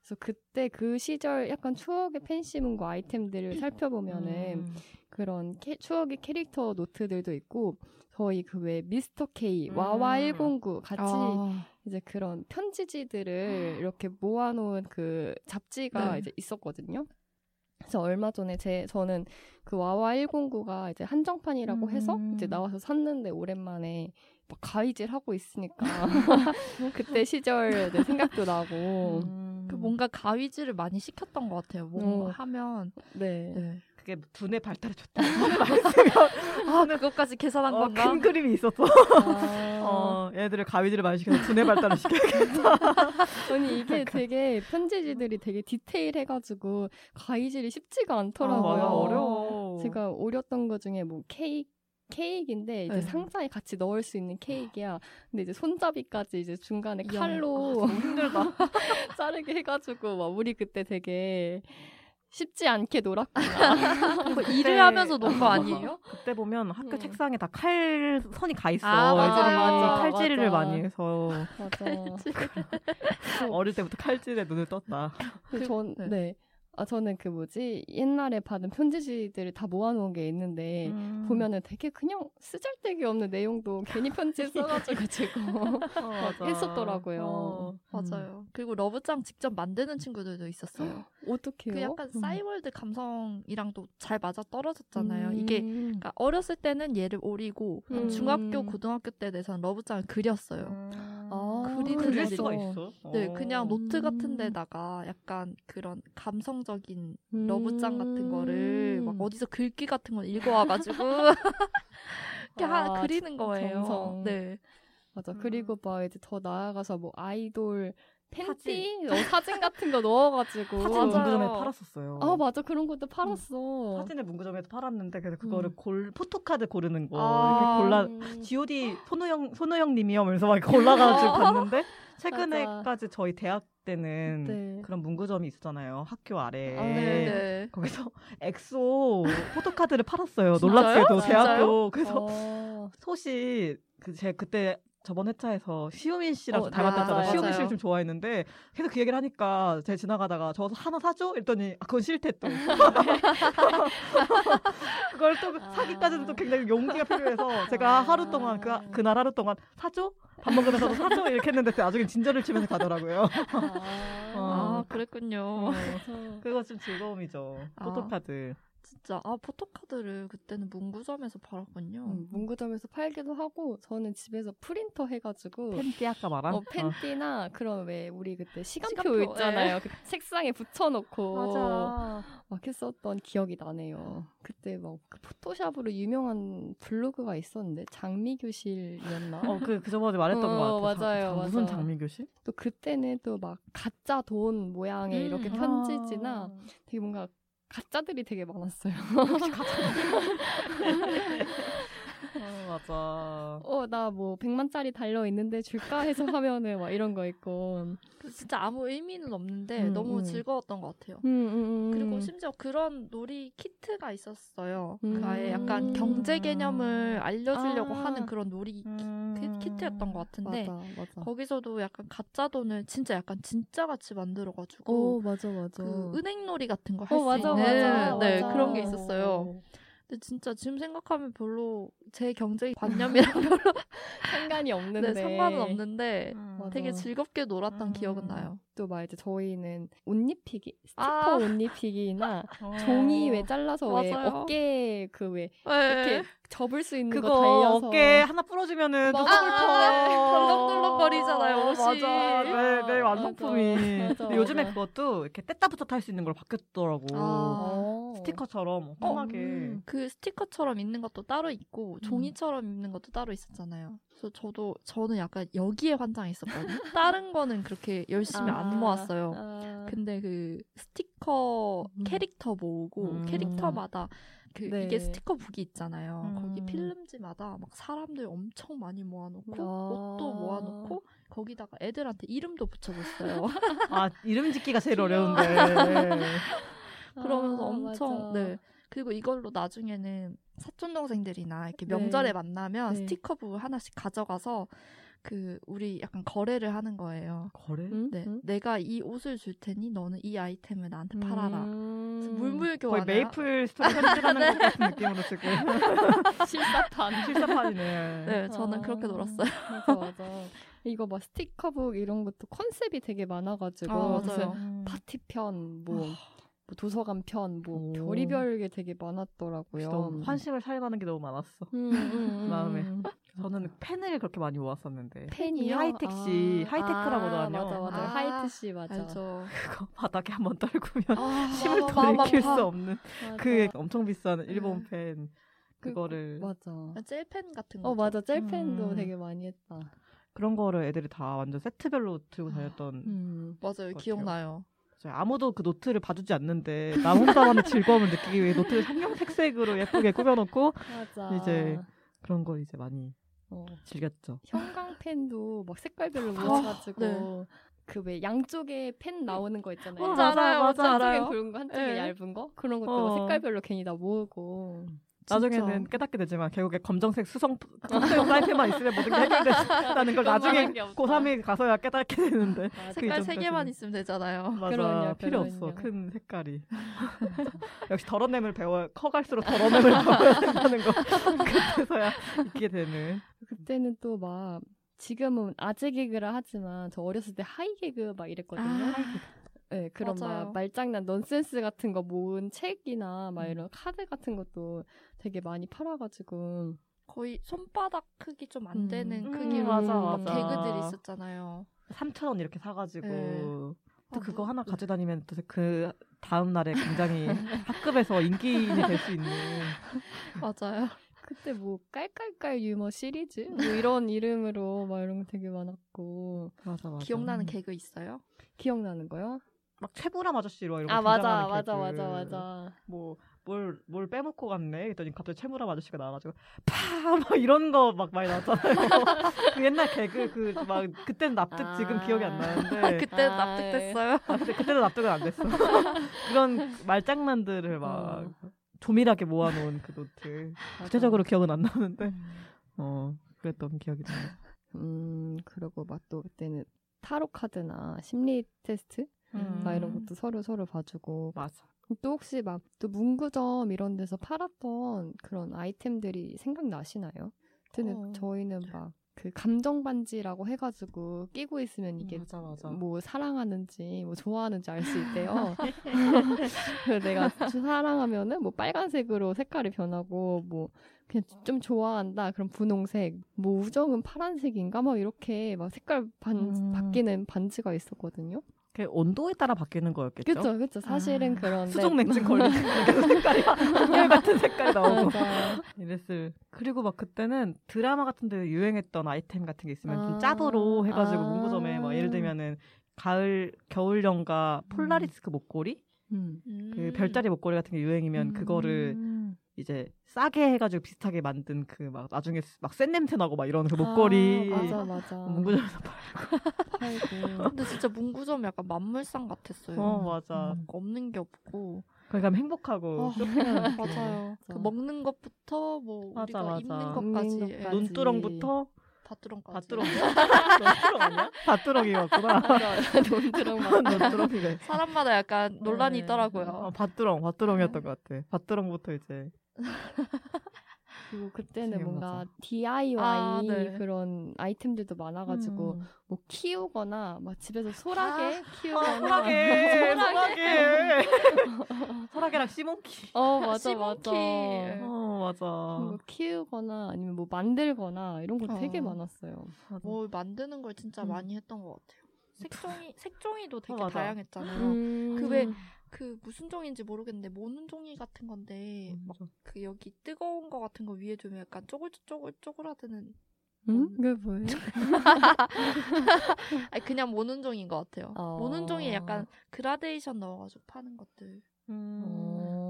[SPEAKER 1] 그래서 그때 그 시절 약간 추억의 팬시 문구 아이템들을 살펴보면은
[SPEAKER 2] 음.
[SPEAKER 1] 그런 캐- 추억의 캐릭터 노트들도 있고 저희 그 외 미스터 K,
[SPEAKER 2] 음.
[SPEAKER 1] 와와 109 같이
[SPEAKER 3] 아.
[SPEAKER 1] 이제 그런
[SPEAKER 2] 아.
[SPEAKER 1] 편지지들을 이렇게 모아놓은 그 잡지가
[SPEAKER 3] 네.
[SPEAKER 1] 이제 있었거든요. 그래서 얼마 전에 제 저는 그 와와 109가 이제 한정판이라고 해서
[SPEAKER 3] 음.
[SPEAKER 1] 이제 나와서 샀는데 오랜만에 막 가위질 하고 있으니까 그때 시절 내 생각도 나고
[SPEAKER 2] 음.
[SPEAKER 3] 그 뭔가 가위질을 많이 시켰던 것 같아요. 뭔가
[SPEAKER 1] 어.
[SPEAKER 3] 하면
[SPEAKER 1] 네.
[SPEAKER 3] 네.
[SPEAKER 2] 그게 두뇌 발달에 좋다.
[SPEAKER 3] 아 그것까지 계산한
[SPEAKER 2] 어,
[SPEAKER 3] 건가?
[SPEAKER 2] 큰 그림이 있었어.
[SPEAKER 1] 아.
[SPEAKER 2] 어, 얘들을 가위질을 많이 시켜서 두뇌 발달을 시켜야겠다.
[SPEAKER 1] 아니 이게 되게 편지지들이 되게 디테일해가지고 가위질이 쉽지가 않더라고요.
[SPEAKER 2] 맞아, 어, 어려워.
[SPEAKER 1] 제가 오렸던 것 중에 뭐 케이크 케이크인데 이제
[SPEAKER 3] 네.
[SPEAKER 1] 상자에 같이 넣을 수 있는 케이크야. 근데 이제 손잡이까지 이제 중간에
[SPEAKER 3] 이야. 아,
[SPEAKER 1] 칼로
[SPEAKER 2] 힘들다.
[SPEAKER 1] 자르게 해가지고 막 우리 그때 되게 쉽지 않게 놀았고
[SPEAKER 3] 그거 일을 하면서 논 거 아니에요? 네.
[SPEAKER 2] 그때 보면 학교
[SPEAKER 1] 음.
[SPEAKER 2] 책상에 다 칼 선이 가 있어.
[SPEAKER 3] 아, 맞아,
[SPEAKER 2] 애들이
[SPEAKER 3] 맞아,
[SPEAKER 2] 칼질을
[SPEAKER 1] 맞아.
[SPEAKER 2] 많이 해서
[SPEAKER 1] 맞아.
[SPEAKER 3] 음.
[SPEAKER 2] 어릴 때부터 칼질에 눈을 떴다.
[SPEAKER 1] 그 전,
[SPEAKER 3] 네.
[SPEAKER 1] 네. 아 저는 그 뭐지 옛날에 받은 편지지들을 다 모아놓은 게
[SPEAKER 3] 네,
[SPEAKER 1] 있는데
[SPEAKER 2] 음.
[SPEAKER 3] 음.
[SPEAKER 1] 보면은 되게 그냥 쓰잘데기 없는 내용도 괜히 편지 써가지고 지금
[SPEAKER 2] 어,
[SPEAKER 1] 했었더라고요.
[SPEAKER 3] 맞아요. 그리고 러브짱 직접 만드는 친구들도 있었어요.
[SPEAKER 1] 어떻게요?
[SPEAKER 3] 그 약간
[SPEAKER 2] 음.
[SPEAKER 3] 싸이월드 감성이랑도 잘 맞아 떨어졌잖아요. 이게 그러니까 어렸을 때는 얘를 오리고
[SPEAKER 1] 음.
[SPEAKER 3] 중학교 고등학교 때 돼서는 러브짱을 그렸어요.
[SPEAKER 1] 아,
[SPEAKER 3] 그리는
[SPEAKER 2] 음. 그릴
[SPEAKER 3] 애들이-
[SPEAKER 2] 수가 있어.
[SPEAKER 3] 네,
[SPEAKER 2] 어.
[SPEAKER 3] 그냥 노트 같은
[SPEAKER 1] 음.
[SPEAKER 3] 데다가 약간 그런 감성적인
[SPEAKER 1] 음.
[SPEAKER 3] 러브짱 같은 거를
[SPEAKER 2] 음.
[SPEAKER 3] 막 어디서 글귀 같은 걸 읽어와가지고 이렇게 하-
[SPEAKER 1] 아,
[SPEAKER 3] 그리는 거예요.
[SPEAKER 1] 정성.
[SPEAKER 3] 네,
[SPEAKER 1] 맞아.
[SPEAKER 3] 음.
[SPEAKER 1] 그리고 막 이제 더 나아가서 뭐 아이돌 팬티
[SPEAKER 2] 사진.
[SPEAKER 1] 어, 사진 같은 거 넣어가지고
[SPEAKER 2] 사진
[SPEAKER 3] 맞아요.
[SPEAKER 2] 문구점에 팔았었어요.
[SPEAKER 1] 아 맞아 그런 것도 팔았어.
[SPEAKER 2] 사진을 문구점에서 팔았는데 그래서 그거를
[SPEAKER 1] 음.
[SPEAKER 2] 골 포토카드 고르는 거
[SPEAKER 3] 아.
[SPEAKER 2] 이렇게 골라
[SPEAKER 1] 음.
[SPEAKER 2] G.O.D 손우영 손우영님이요 면서 막 골라가지고 봤는데 최근에까지 저희 대학 때는
[SPEAKER 1] 네.
[SPEAKER 2] 그런 문구점이 있었잖아요 학교 아래
[SPEAKER 1] 아,
[SPEAKER 3] 네,
[SPEAKER 1] 네.
[SPEAKER 3] 네.
[SPEAKER 2] 거기서 엑소 포토카드를 팔았어요
[SPEAKER 3] 진짜요?
[SPEAKER 2] 놀랍게도
[SPEAKER 1] 진짜요?
[SPEAKER 2] 대학교 그래서
[SPEAKER 1] 어.
[SPEAKER 2] 소시 그제 그때 저번 회차에서 시우민 씨랑
[SPEAKER 1] 어,
[SPEAKER 2] 닮았다잖아
[SPEAKER 1] 아,
[SPEAKER 2] 요 시우민
[SPEAKER 3] 맞아요.
[SPEAKER 2] 씨를 좀 좋아했는데 계속 그 얘기를 하니까 제가 지나가다가 저서 하나 사줘? 이랬더니 아, 그건 싫대 또. 그걸 또
[SPEAKER 1] 아.
[SPEAKER 2] 사기까지도 또 굉장히 용기가 필요해서 제가
[SPEAKER 1] 아.
[SPEAKER 2] 하루 동안 그, 그날 하루 동안 사줘? 밥 먹으면서도 사줘? 이렇게 했는데 나중에 진절을 치면서 가더라고요.
[SPEAKER 1] 아,
[SPEAKER 3] 아 그랬군요.
[SPEAKER 1] 그래서
[SPEAKER 2] 그거 좀 즐거움이죠.
[SPEAKER 3] 아.
[SPEAKER 2] 포토카드.
[SPEAKER 3] 진짜 아 포토카드를 그때는 문구점에서 팔았군요.
[SPEAKER 1] 음, 문구점에서 팔기도 하고 저는 집에서 프린터 해가지고
[SPEAKER 2] 팬티 아까 말한?
[SPEAKER 1] 어, 팬티나 그런 왜 우리 그때 시간표,
[SPEAKER 3] 시간표,
[SPEAKER 1] 있잖아요. 그 책상에 붙여놓고
[SPEAKER 3] 맞아.
[SPEAKER 1] 막 했었던 기억이 나네요. 그때 막그 포토샵으로 유명한 블로그가 있었는데 장미교실이었나?
[SPEAKER 2] 어, 그, 그 저번에 말했던
[SPEAKER 1] 어,
[SPEAKER 2] 것 같아요. 자-
[SPEAKER 1] 맞아요,
[SPEAKER 2] 자- 무슨
[SPEAKER 1] 맞아.
[SPEAKER 2] 장미교실?
[SPEAKER 1] 또 그때는 또 막 가짜 돈 모양의
[SPEAKER 3] 음,
[SPEAKER 1] 이렇게
[SPEAKER 3] 아.
[SPEAKER 1] 편지지나 되게 뭔가 가짜들이 되게 많았어요.
[SPEAKER 2] 어, 맞아.
[SPEAKER 1] 어, 나 뭐 100만짜리 달려 있는데 줄까 해서 하면은 막 이런 거 있고.
[SPEAKER 3] 그 진짜 아무 의미는 없는데
[SPEAKER 1] 음,
[SPEAKER 3] 너무
[SPEAKER 1] 음.
[SPEAKER 3] 즐거웠던 것 같아요.
[SPEAKER 1] 음, 음, 음.
[SPEAKER 3] 그리고 심지어 그런 놀이 키트가 있었어요.
[SPEAKER 1] 음.
[SPEAKER 3] 그 아예 약간 경제 개념을 알려주려고
[SPEAKER 1] 아. 음.
[SPEAKER 3] 하는 그런 놀이
[SPEAKER 2] 음.
[SPEAKER 3] 키- 키트였던 것 같은데
[SPEAKER 1] 맞아, 맞아.
[SPEAKER 3] 거기서도 약간 가짜 돈을 진짜 약간 진짜 같이 만들어가지고
[SPEAKER 1] 오, 맞아, 맞아.
[SPEAKER 3] 그 은행놀이 같은 거 할
[SPEAKER 1] 어,
[SPEAKER 3] 수
[SPEAKER 1] 맞아,
[SPEAKER 3] 있는
[SPEAKER 1] 맞아,
[SPEAKER 3] 네
[SPEAKER 1] 맞아. 네,
[SPEAKER 3] 그런 게 있었어요. 근데 진짜 지금 생각하면 별로 제 경제 관념이랑 별로
[SPEAKER 1] 상관이 없는데.
[SPEAKER 3] 네, 상관은 없는데
[SPEAKER 1] 맞아.
[SPEAKER 3] 되게 즐겁게 놀았던
[SPEAKER 2] 음.
[SPEAKER 3] 기억은 나요.
[SPEAKER 1] 또 막 이제 저희는 옷 입히기 스티커
[SPEAKER 3] 아. 네.
[SPEAKER 1] 옷 입히기나
[SPEAKER 2] 어.
[SPEAKER 1] 종이 왜 잘라서 왜
[SPEAKER 3] 맞아요.
[SPEAKER 1] 어깨 그 왜
[SPEAKER 3] 네.
[SPEAKER 1] 이렇게 접을 수 있는 거
[SPEAKER 2] 그거
[SPEAKER 1] 달려서
[SPEAKER 2] 어깨 하나 부러지면은 또
[SPEAKER 1] 맞아.
[SPEAKER 2] 서글퍼.
[SPEAKER 3] 덜렁덜렁거리잖아요,
[SPEAKER 2] 어,
[SPEAKER 3] 옷이.
[SPEAKER 2] 맞아. 네, 네,
[SPEAKER 1] 맞아.
[SPEAKER 2] 완성품이.
[SPEAKER 1] 맞아, 네.
[SPEAKER 2] 근데 요즘에
[SPEAKER 1] 맞아.
[SPEAKER 2] 그것도 이렇게 뗐다붙었다 할 수 있는 걸 바뀌었더라고.
[SPEAKER 3] 아.
[SPEAKER 1] 어.
[SPEAKER 2] 스티커처럼 편하게.
[SPEAKER 1] 음.
[SPEAKER 3] 그 스티커처럼 있는 것도 따로 있고 종이처럼 있는 것도 따로 있었잖아요. 그래서 저도 저는 약간 여기에 환장했었거든요. 다른 거는 그렇게 열심히
[SPEAKER 1] 아.
[SPEAKER 3] 안 모았어요.
[SPEAKER 1] 아.
[SPEAKER 3] 근데 그 스티커
[SPEAKER 1] 음.
[SPEAKER 3] 캐릭터 모으고
[SPEAKER 2] 음.
[SPEAKER 3] 캐릭터마다 그
[SPEAKER 1] 네.
[SPEAKER 3] 이게 스티커 북이 있잖아요.
[SPEAKER 2] 음.
[SPEAKER 3] 거기 필름지마다 막 사람들 엄청 많이 모아놓고
[SPEAKER 1] 아.
[SPEAKER 3] 옷도 모아놓고 거기다가 애들한테 이름도 붙여줬어요.
[SPEAKER 2] 아, 이름 짓기가 제일 어려운데.
[SPEAKER 3] 그러면서
[SPEAKER 1] 아,
[SPEAKER 3] 엄청
[SPEAKER 1] 맞아.
[SPEAKER 3] 네 그리고 이걸로 나중에는 사촌 동생들이나 이렇게
[SPEAKER 1] 네.
[SPEAKER 3] 명절에 만나면
[SPEAKER 1] 네.
[SPEAKER 3] 스티커 북을 하나씩 가져가서 그 우리 약간 거래를 하는 거예요.
[SPEAKER 2] 거래?
[SPEAKER 1] 음?
[SPEAKER 3] 네,
[SPEAKER 1] 음?
[SPEAKER 3] 내가 이 옷을 줄 테니 너는 이 아이템을 나한테 팔아라.
[SPEAKER 1] 음.
[SPEAKER 3] 그래서 물물
[SPEAKER 2] 거의
[SPEAKER 3] 교환.
[SPEAKER 2] 메이플 스토리 편집하는 것 같은 느낌으로 지금.
[SPEAKER 1] 실사판.
[SPEAKER 2] 실사판이네.
[SPEAKER 3] 네, 저는
[SPEAKER 1] 아.
[SPEAKER 3] 그렇게 놀았어요.
[SPEAKER 1] 맞아 맞아. 이거 막 스티커북 이런 것도 컨셉이 되게 많아가지고
[SPEAKER 3] 음.
[SPEAKER 2] 음.
[SPEAKER 3] 아, 맞아요.
[SPEAKER 1] 무슨 파티편 뭐 뭐 도서관 편, 뭐
[SPEAKER 2] 오.
[SPEAKER 1] 별의별 게 되게 많았더라고요.
[SPEAKER 5] 너무
[SPEAKER 2] 환심을 살만한 게 너무 많았어.
[SPEAKER 1] 음, 음, 음.
[SPEAKER 2] 마음에.
[SPEAKER 1] 맞아.
[SPEAKER 2] 저는 펜을 그렇게 많이 모았었는데
[SPEAKER 1] 팬이요?
[SPEAKER 2] 하이텍시, 하이테크라고
[SPEAKER 1] 아,
[SPEAKER 2] 하거든요.
[SPEAKER 1] 맞아, 맞아.
[SPEAKER 3] 아,
[SPEAKER 1] 하이트시 맞아.
[SPEAKER 3] 알죠.
[SPEAKER 2] 그거 바닥에 한번
[SPEAKER 1] 어,
[SPEAKER 2] 떨구면
[SPEAKER 3] 아,
[SPEAKER 2] 힘을
[SPEAKER 3] 마음
[SPEAKER 2] 돌이킬
[SPEAKER 3] 아파.
[SPEAKER 2] 수 없는
[SPEAKER 1] 맞아. 네.
[SPEAKER 2] 그 엄청 비싼
[SPEAKER 3] 음.
[SPEAKER 2] 일본 펜 그거를
[SPEAKER 1] 맞아.
[SPEAKER 3] 셀펜 같은 거.
[SPEAKER 1] 어 맞아. 셀펜도
[SPEAKER 2] 음.
[SPEAKER 1] 되게 많이 했다.
[SPEAKER 2] 그런 거를 애들이 다 완전 세트별로 들고 다녔던
[SPEAKER 1] 음.
[SPEAKER 3] 맞아요.
[SPEAKER 2] 같아요.
[SPEAKER 3] 기억나요.
[SPEAKER 2] 그래서 아무도 그 노트를 봐주지 않는데 나 혼자만의 즐거움을 느끼기 위해 노트를 상명색색으로 예쁘게 꾸며놓고
[SPEAKER 1] 맞아.
[SPEAKER 2] 이제 그런 걸 이제 많이
[SPEAKER 1] 어.
[SPEAKER 2] 즐겼죠.
[SPEAKER 1] 형광펜도 막 색깔별로
[SPEAKER 3] 아,
[SPEAKER 1] 모아가지고
[SPEAKER 3] 네.
[SPEAKER 1] 그 왜 양쪽에 펜 나오는 거 있잖아요.
[SPEAKER 2] 어,
[SPEAKER 1] 양쪽에
[SPEAKER 2] 맞아, 맞아,
[SPEAKER 1] 한쪽엔
[SPEAKER 2] 알아요.
[SPEAKER 1] 굵은 거, 한쪽에
[SPEAKER 2] 네.
[SPEAKER 1] 얇은 거 그런 것도
[SPEAKER 2] 어.
[SPEAKER 1] 색깔별로 괜히 다 모으고.
[SPEAKER 2] 나중에는 깨닫게 되지만 결국에 검정색 수성 수성 사이트만 있으면 모든 게 해결된다는 걸 나중에
[SPEAKER 1] 그것만한 게 없다.
[SPEAKER 2] 고3에 가서야 깨닫게 되는데
[SPEAKER 3] 색깔
[SPEAKER 2] 그
[SPEAKER 3] 세 개만
[SPEAKER 2] 정도까지는.
[SPEAKER 3] 있으면 되잖아요.
[SPEAKER 2] 맞아
[SPEAKER 1] 그럼요,
[SPEAKER 2] 필요
[SPEAKER 1] 그럼요.
[SPEAKER 2] 없어 큰 색깔이 역시 덜어냄을 배워 커갈수록 덜어냄을 배워야 된다는 거 그때서야 있게 되는
[SPEAKER 1] 그때는 또 막 지금은 아재 개그라 하지만 저 어렸을 때 하이 개그 막 이랬거든요.
[SPEAKER 3] 아.
[SPEAKER 1] 네, 그런
[SPEAKER 3] 맞아요.
[SPEAKER 1] 막 말장난 넌센스 같은 거 모은 책이나 막
[SPEAKER 2] 음.
[SPEAKER 1] 이런 카드 같은 것도 되게 많이 팔아가지고
[SPEAKER 3] 거의 손바닥 크기 좀 안
[SPEAKER 1] 음.
[SPEAKER 3] 되는
[SPEAKER 2] 음,
[SPEAKER 3] 크기로
[SPEAKER 1] 맞아,
[SPEAKER 3] 막
[SPEAKER 1] 맞아.
[SPEAKER 3] 개그들이 있었잖아요.
[SPEAKER 2] 3천 원 이렇게 사가지고
[SPEAKER 3] 네.
[SPEAKER 2] 또
[SPEAKER 1] 어,
[SPEAKER 3] 아,
[SPEAKER 2] 그거
[SPEAKER 3] 뭐-
[SPEAKER 2] 하나 가져 다니면 또 그 다음 날에 굉장히
[SPEAKER 1] 네.
[SPEAKER 2] 학급에서 인기인이 될 수 있는
[SPEAKER 3] 맞아요.
[SPEAKER 1] 그때 뭐 깔깔깔 유머 시리즈 뭐 이런 이름으로 막 이런 거 되게 많았고
[SPEAKER 2] 맞아 맞아
[SPEAKER 3] 기억나는 개그 있어요?
[SPEAKER 1] 기억나는 거요?
[SPEAKER 2] 막 최불암 아저씨 이런
[SPEAKER 1] 아 맞아 맞아
[SPEAKER 2] 개그.
[SPEAKER 1] 맞아 맞아
[SPEAKER 2] 뭐뭘 뭘 빼먹고 갔네 그랬더니 갑자기 채무람 아저씨가 나와가지고 파막 이런 거 막 많이 나왔잖아요 그 옛날 개그 그 막 그때는 납득
[SPEAKER 1] 아.
[SPEAKER 2] 지금 기억이 안
[SPEAKER 3] 아,
[SPEAKER 2] 나는데
[SPEAKER 3] 그때
[SPEAKER 1] 아,
[SPEAKER 3] 납득됐어요.
[SPEAKER 2] 아, 그때 그때도 납득은 안 됐어 그런 말장난들을 막
[SPEAKER 1] 어.
[SPEAKER 2] 조밀하게 모아놓은 그 노트
[SPEAKER 1] 맞아.
[SPEAKER 2] 구체적으로 기억은 안 나는데 어 그랬던 기억이 나요
[SPEAKER 1] 음 그리고 막 또 그때는 타로 카드나 심리 테스트
[SPEAKER 3] 음.
[SPEAKER 1] 막 이런 것도 서로 서로 봐주고
[SPEAKER 2] 맞아
[SPEAKER 1] 또 혹시 막 또 문구점 이런 데서 팔았던 그런 아이템들이 생각나시나요? 저는
[SPEAKER 3] 어.
[SPEAKER 1] 저희는 막 그 감정 반지라고 해가지고 끼고 있으면 이게
[SPEAKER 2] 맞아 맞아
[SPEAKER 1] 뭐 사랑하는지 뭐 좋아하는지 알 수 있대요. 그래서 내가 사랑하면은 뭐 빨간색으로 색깔이 변하고 뭐 그냥 좀
[SPEAKER 2] 어.
[SPEAKER 1] 좋아한다 그럼 분홍색 뭐 우정은 파란색인가 막 이렇게 막 색깔 반
[SPEAKER 2] 음.
[SPEAKER 1] 바뀌는 반지가 있었거든요.
[SPEAKER 2] 그 온도에 따라 바뀌는 거였겠죠
[SPEAKER 1] 그렇죠, 그렇죠. 사실은
[SPEAKER 3] 아,
[SPEAKER 1] 그런데
[SPEAKER 2] 수족냉증 걸리는 계속 색깔이 한결 같은 색깔이 나오고
[SPEAKER 1] 맞아.
[SPEAKER 2] 이랬을 그리고 막 그때는 드라마 같은데 유행했던 아이템 같은 게 있으면
[SPEAKER 1] 아.
[SPEAKER 2] 좀 짭으로 해가지고
[SPEAKER 1] 아.
[SPEAKER 2] 문구점에 막 예를 들면은 가을 겨울연가 폴라리스크 목걸이
[SPEAKER 1] 음.
[SPEAKER 2] 그 별자리 목걸이 같은 게 유행이면 그거를
[SPEAKER 3] 음.
[SPEAKER 2] 이제 싸게 해가지고 비슷하게 만든 그 막 나중에 막 센 냄새 나고 막 이런 그 목걸이
[SPEAKER 1] 아, 맞아 맞아
[SPEAKER 2] 문구점에서 팔
[SPEAKER 1] 팔고
[SPEAKER 3] 음. 근데 진짜 문구점 약간 만물상 같았어요.
[SPEAKER 2] 어 맞아
[SPEAKER 3] 음. 없는 게 없고.
[SPEAKER 2] 그러니까 행복하고
[SPEAKER 1] 어,
[SPEAKER 3] 아,
[SPEAKER 2] 쇼핑하는 느낌.
[SPEAKER 3] 맞아요. 그
[SPEAKER 1] 맞아.
[SPEAKER 3] 먹는 것부터 뭐
[SPEAKER 2] 맞아,
[SPEAKER 3] 우리가
[SPEAKER 2] 맞아.
[SPEAKER 3] 입는
[SPEAKER 1] 입는
[SPEAKER 3] 것까지 예,
[SPEAKER 1] 것까지.
[SPEAKER 2] 눈두렁부터
[SPEAKER 3] 밭두렁까지.
[SPEAKER 2] 밭두렁 밭두렁 아니야? 밭두렁이었구나
[SPEAKER 1] 돈드렁만
[SPEAKER 2] 눈두렁이래
[SPEAKER 3] 사람마다 약간 논란이
[SPEAKER 1] 네.
[SPEAKER 2] 어,
[SPEAKER 3] 있더라고요.
[SPEAKER 2] 밭두렁,
[SPEAKER 1] 음.
[SPEAKER 2] 밭두렁이었던 것 같아. 밭두렁부터 이제
[SPEAKER 1] 그리고 그때는
[SPEAKER 2] 지금
[SPEAKER 1] 뭔가
[SPEAKER 2] 맞아. 음.
[SPEAKER 1] DIY
[SPEAKER 3] 아, 네.
[SPEAKER 1] 그런 아이템들도 많아가지고 뭐 키우거나 막 집에서 소라게 키우거나
[SPEAKER 2] 아, 어, 소라게, 소라게, 소라게랑 시몬키.
[SPEAKER 1] 어 맞아
[SPEAKER 3] 시몬키.
[SPEAKER 1] 맞아
[SPEAKER 3] 예.
[SPEAKER 2] 어
[SPEAKER 1] 그런 거
[SPEAKER 2] 맞아.
[SPEAKER 1] 키우거나 아니면 뭐 만들거나 이런 거
[SPEAKER 3] 어.
[SPEAKER 1] 되게 많았어요
[SPEAKER 3] 뭘뭐 만드는 걸 진짜
[SPEAKER 1] 음. 어,
[SPEAKER 3] 많이 했던 것 같아요. 색종이 색종이도 되게
[SPEAKER 2] 맞아.
[SPEAKER 3] 다양했잖아요.
[SPEAKER 1] 음.
[SPEAKER 2] 음.
[SPEAKER 1] 왜
[SPEAKER 3] 그 무슨 종인지 모르겠는데 모는 종이 같은 건데
[SPEAKER 2] 음,
[SPEAKER 1] 음.
[SPEAKER 3] 막 그 여기 뜨거운 거 같은 거 위에 두면 약간 쪼글쪼글 쪼그라드는
[SPEAKER 1] 응? 그게 뭐예요?
[SPEAKER 3] 아니 그냥 모는 종인 것 같아요.
[SPEAKER 1] 어.
[SPEAKER 3] 모는 종이 약간 그라데이션 넣어가지고 파는 것들.
[SPEAKER 2] 음,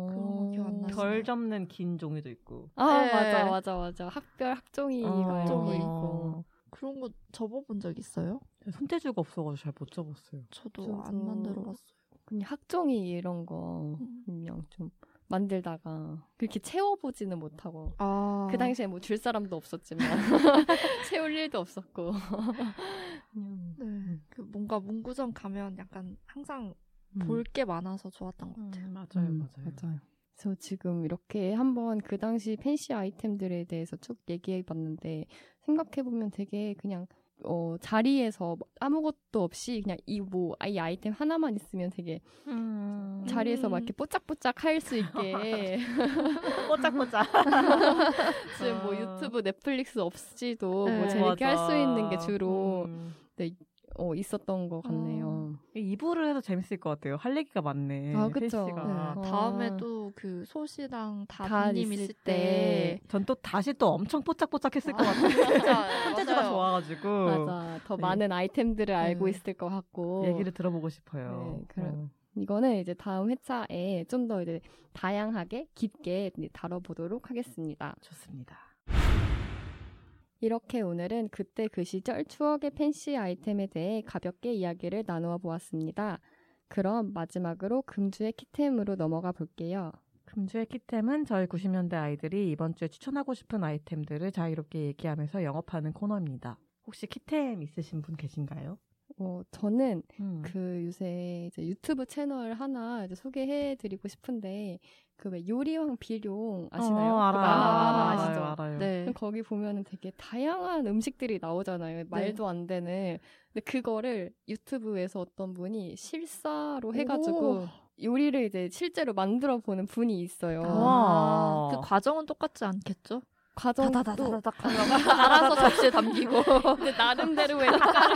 [SPEAKER 3] 그런 거 기억 안 나지?
[SPEAKER 2] 별 접는 긴 종이도 있고.
[SPEAKER 1] 아
[SPEAKER 3] 예.
[SPEAKER 1] 맞아 맞아 맞아 학별 학종이가
[SPEAKER 2] 네. 어,
[SPEAKER 1] 이렇게
[SPEAKER 3] 종이.
[SPEAKER 1] 있고
[SPEAKER 3] 그런 거 접어본 적 있어요?
[SPEAKER 2] 손재주가 없어가지고 잘 못 접었어요.
[SPEAKER 3] 저도
[SPEAKER 1] 저도.
[SPEAKER 3] 안 만들어봤어요.
[SPEAKER 1] 그냥 학종이 이런 거
[SPEAKER 3] 음.
[SPEAKER 1] 그냥 좀 만들다가 그렇게 채워보지는 못하고
[SPEAKER 3] 아.
[SPEAKER 1] 그 당시에 뭐 줄 사람도 없었지만 채울 일도 없었고 그냥
[SPEAKER 3] 네. 그 뭔가 문구점 가면 약간 항상
[SPEAKER 1] 음.
[SPEAKER 3] 볼 게 많아서 좋았던 것 같아요.
[SPEAKER 2] 맞아요,
[SPEAKER 1] 음,
[SPEAKER 2] 맞아요.
[SPEAKER 1] 그래서 지금 이렇게 한번 그 당시 팬시 아이템들에 대해서 쭉 얘기해 봤는데 생각해 보면 되게 그냥 어, 자리에서 아무것도 없이 그냥 이 뭐 이 아이템 하나만 있으면 되게
[SPEAKER 3] 음.
[SPEAKER 1] 자리에서 막 이렇게 뽀짝뽀짝 할 수 있게
[SPEAKER 2] 꼬짝꼬짝.
[SPEAKER 1] 지금 뭐
[SPEAKER 2] 아. 어,
[SPEAKER 1] 유튜브 넷플릭스 없이도
[SPEAKER 3] 네.
[SPEAKER 1] 뭐 재밌게 할 수
[SPEAKER 2] 맞아.
[SPEAKER 1] 있는 게 주로
[SPEAKER 2] 음.
[SPEAKER 1] 어, 있었던
[SPEAKER 2] 아.
[SPEAKER 1] 것 같네요.
[SPEAKER 2] 이부를 해도 재밌을 것 같아요. 할 얘기가 많네.
[SPEAKER 1] 아, 그쵸.
[SPEAKER 2] 혜씨가.
[SPEAKER 1] 네. 어.
[SPEAKER 3] 다음에 또 그 소시랑
[SPEAKER 1] 다
[SPEAKER 3] 다님
[SPEAKER 1] 있을
[SPEAKER 3] 있을
[SPEAKER 1] 때.
[SPEAKER 3] 때
[SPEAKER 2] 전 또 다시 또 엄청 뽀짝뽀짝했을 것 같아요.
[SPEAKER 3] 콘텐츠가
[SPEAKER 2] 컨텐츠가 좋아가지고
[SPEAKER 1] 맞아. 더
[SPEAKER 2] 네.
[SPEAKER 1] 많은 아이템들을 알고
[SPEAKER 3] 음.
[SPEAKER 1] 있을 것 같고.
[SPEAKER 2] 얘기를 들어보고 싶어요.
[SPEAKER 1] 네, 그럼.
[SPEAKER 2] 어.
[SPEAKER 1] 이거는 이제 다음 회차에 좀 더 이제 다양하게 깊게 이제 다뤄보도록 하겠습니다.
[SPEAKER 2] 좋습니다.
[SPEAKER 1] 이렇게 오늘은 그때 그 시절 추억의 팬시 아이템에 대해 가볍게 이야기를 나누어 보았습니다. 그럼 마지막으로 금주의 키템으로 넘어가 볼게요.
[SPEAKER 2] 금주의 키템은 저희 90년대 아이들이 이번 주에 추천하고 싶은 아이템들을 자유롭게 얘기하면서 영업하는 코너입니다. 혹시 키템 있으신 분 계신가요?
[SPEAKER 1] 어, 저는
[SPEAKER 2] 음.
[SPEAKER 1] 그 요새 이제 유튜브 채널 하나 이제 소개해드리고 싶은데 그 왜 요리왕 비룡 아시나요?
[SPEAKER 2] 어, 알아요.
[SPEAKER 1] 아,
[SPEAKER 2] 알아요,
[SPEAKER 1] 아시죠? 그
[SPEAKER 2] 알아요.
[SPEAKER 3] 네.
[SPEAKER 1] 거기 보면은 되게 다양한 음식들이
[SPEAKER 2] 네.
[SPEAKER 1] 나오잖아요. 말도 안 되는. 근데 그거를 유튜브에서 어떤 분이 실사로 해가지고 요리를 이제 실제로 만들어 보는 분이 있어요.
[SPEAKER 2] 와.
[SPEAKER 3] 아, 그 과정은 똑같지 않겠죠?
[SPEAKER 1] 과정도
[SPEAKER 3] 다다다다다닥 갈아서 접시에 담기고
[SPEAKER 1] 근데 나름대로의 색깔을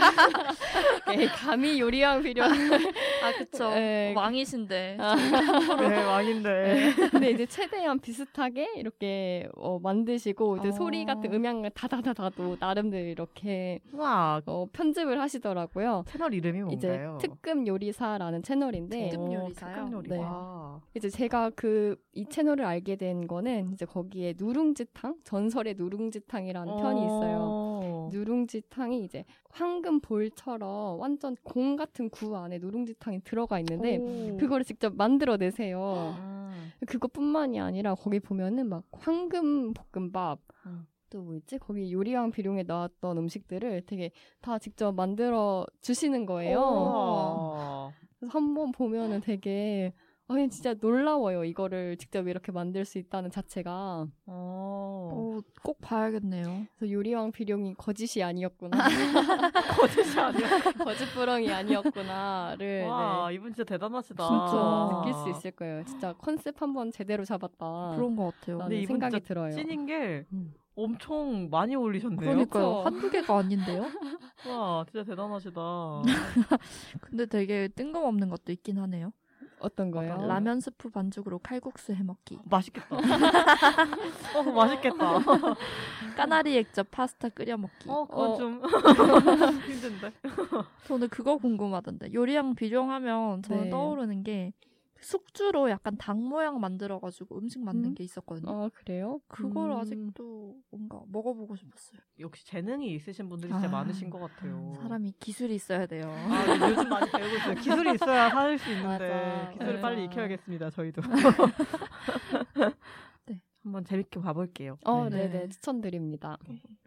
[SPEAKER 1] 에이, 감히 요리왕 비룡.
[SPEAKER 3] 아 그쵸
[SPEAKER 1] 네.
[SPEAKER 3] 왕이신데
[SPEAKER 2] 네, 왕인데.
[SPEAKER 1] 근데 이제 최대한 비슷하게 이렇게 어, 만드시고 이제
[SPEAKER 3] 어.
[SPEAKER 1] 소리
[SPEAKER 2] 아.
[SPEAKER 1] 같은 음향을 다다다다도 나름대로 이렇게
[SPEAKER 2] 와,
[SPEAKER 1] 어, 편집을 하시더라고요.
[SPEAKER 2] 채널 이름이
[SPEAKER 1] 이제
[SPEAKER 2] 뭔가요?
[SPEAKER 1] 특급 요리사라는 채널인데
[SPEAKER 3] 특급
[SPEAKER 2] 어,
[SPEAKER 3] 요리사요?
[SPEAKER 2] 특급 요리. 아.
[SPEAKER 1] 네.
[SPEAKER 2] 와.
[SPEAKER 1] 이제 제가 그 이 채널을 알게 된 거는 이제 거기에 누룽지탕 전설의 누룽지탕이라는 편이 있어요.
[SPEAKER 2] 어.
[SPEAKER 1] 누룽지탕이 이제 황금 볼처럼 완전 공 같은 구 안에 누룽지탕이 들어가 있는데
[SPEAKER 2] 오.
[SPEAKER 1] 그거를 직접 만들어 내세요.
[SPEAKER 2] 음.
[SPEAKER 1] 그것뿐만이 아니라 거기 보면은 막 황금 볶음밥
[SPEAKER 2] 음.
[SPEAKER 1] 또 뭐 있지? 거기 요리왕 비룡에 나왔던 음식들을 되게 다 직접 만들어 주시는 거예요.
[SPEAKER 2] 우와.
[SPEAKER 1] 그래서 한 번 보면은 되게 아니 진짜 놀라워요. 이거를 직접 이렇게 만들 수 있다는 자체가.
[SPEAKER 2] 어.
[SPEAKER 3] 오, 꼭 봐야겠네요
[SPEAKER 1] 그래서 요리왕 비룡이 거짓이 아니었구나.
[SPEAKER 2] 거짓이 아니야.
[SPEAKER 1] 거짓부렁이 아니었구나를
[SPEAKER 2] 와, 아.
[SPEAKER 1] 네,
[SPEAKER 2] 이분 진짜 대단하시다.
[SPEAKER 1] 진짜 느낄 수 있을 거예요. 진짜 컨셉 한 번 제대로 잡았다.
[SPEAKER 3] 그런 것 같아요 네.
[SPEAKER 1] 라는
[SPEAKER 2] 근데 이분
[SPEAKER 1] 생각이
[SPEAKER 2] 진짜
[SPEAKER 1] 들어요.
[SPEAKER 2] 찐인 게
[SPEAKER 1] 음.
[SPEAKER 2] 엄청 많이 올리셨네요.
[SPEAKER 1] 그쵸?
[SPEAKER 3] 그러니까요 한두 개가 아닌데요
[SPEAKER 2] 와, 진짜 대단하시다.
[SPEAKER 3] 근데 되게 뜬금없는 것도 있긴 하네요
[SPEAKER 1] 어떤 거예요?
[SPEAKER 2] 어.
[SPEAKER 3] 라면 스프 반죽으로 칼국수 해먹기
[SPEAKER 2] 맛있겠다. 어, 맛있겠다.
[SPEAKER 3] 아. 까나리 액젓 파스타 끓여 먹기
[SPEAKER 2] 어, 그건
[SPEAKER 1] 어.
[SPEAKER 2] 좀 힘든데.
[SPEAKER 3] 저는 그거 궁금하던데 요리랑 비룡하면 저는
[SPEAKER 1] 네.
[SPEAKER 3] 떠오르는 게 숙주로 약간 닭 모양 만들어가지고 음식 만든
[SPEAKER 1] 음?
[SPEAKER 3] 게 있었거든요.
[SPEAKER 1] 아 그래요?
[SPEAKER 3] 그걸
[SPEAKER 1] 음.
[SPEAKER 3] 아직도 뭔가 먹어보고 싶었어요.
[SPEAKER 2] 역시 재능이 있으신 분들이 진짜
[SPEAKER 3] 아,
[SPEAKER 2] 많으신 것
[SPEAKER 1] 어.
[SPEAKER 2] 같아요.
[SPEAKER 3] 사람이 기술이 있어야 돼요.
[SPEAKER 2] 아, 네, 요즘 많이 배우고 있어요. 기술이 있어야 살 수 있는데
[SPEAKER 1] 맞아,
[SPEAKER 2] 기술을
[SPEAKER 1] 맞아.
[SPEAKER 2] 빨리 익혀야겠습니다. 저희도.
[SPEAKER 3] 네.
[SPEAKER 2] 한번 재밌게 봐볼게요.
[SPEAKER 1] 어 네.
[SPEAKER 3] 네.
[SPEAKER 1] 네 추천드립니다.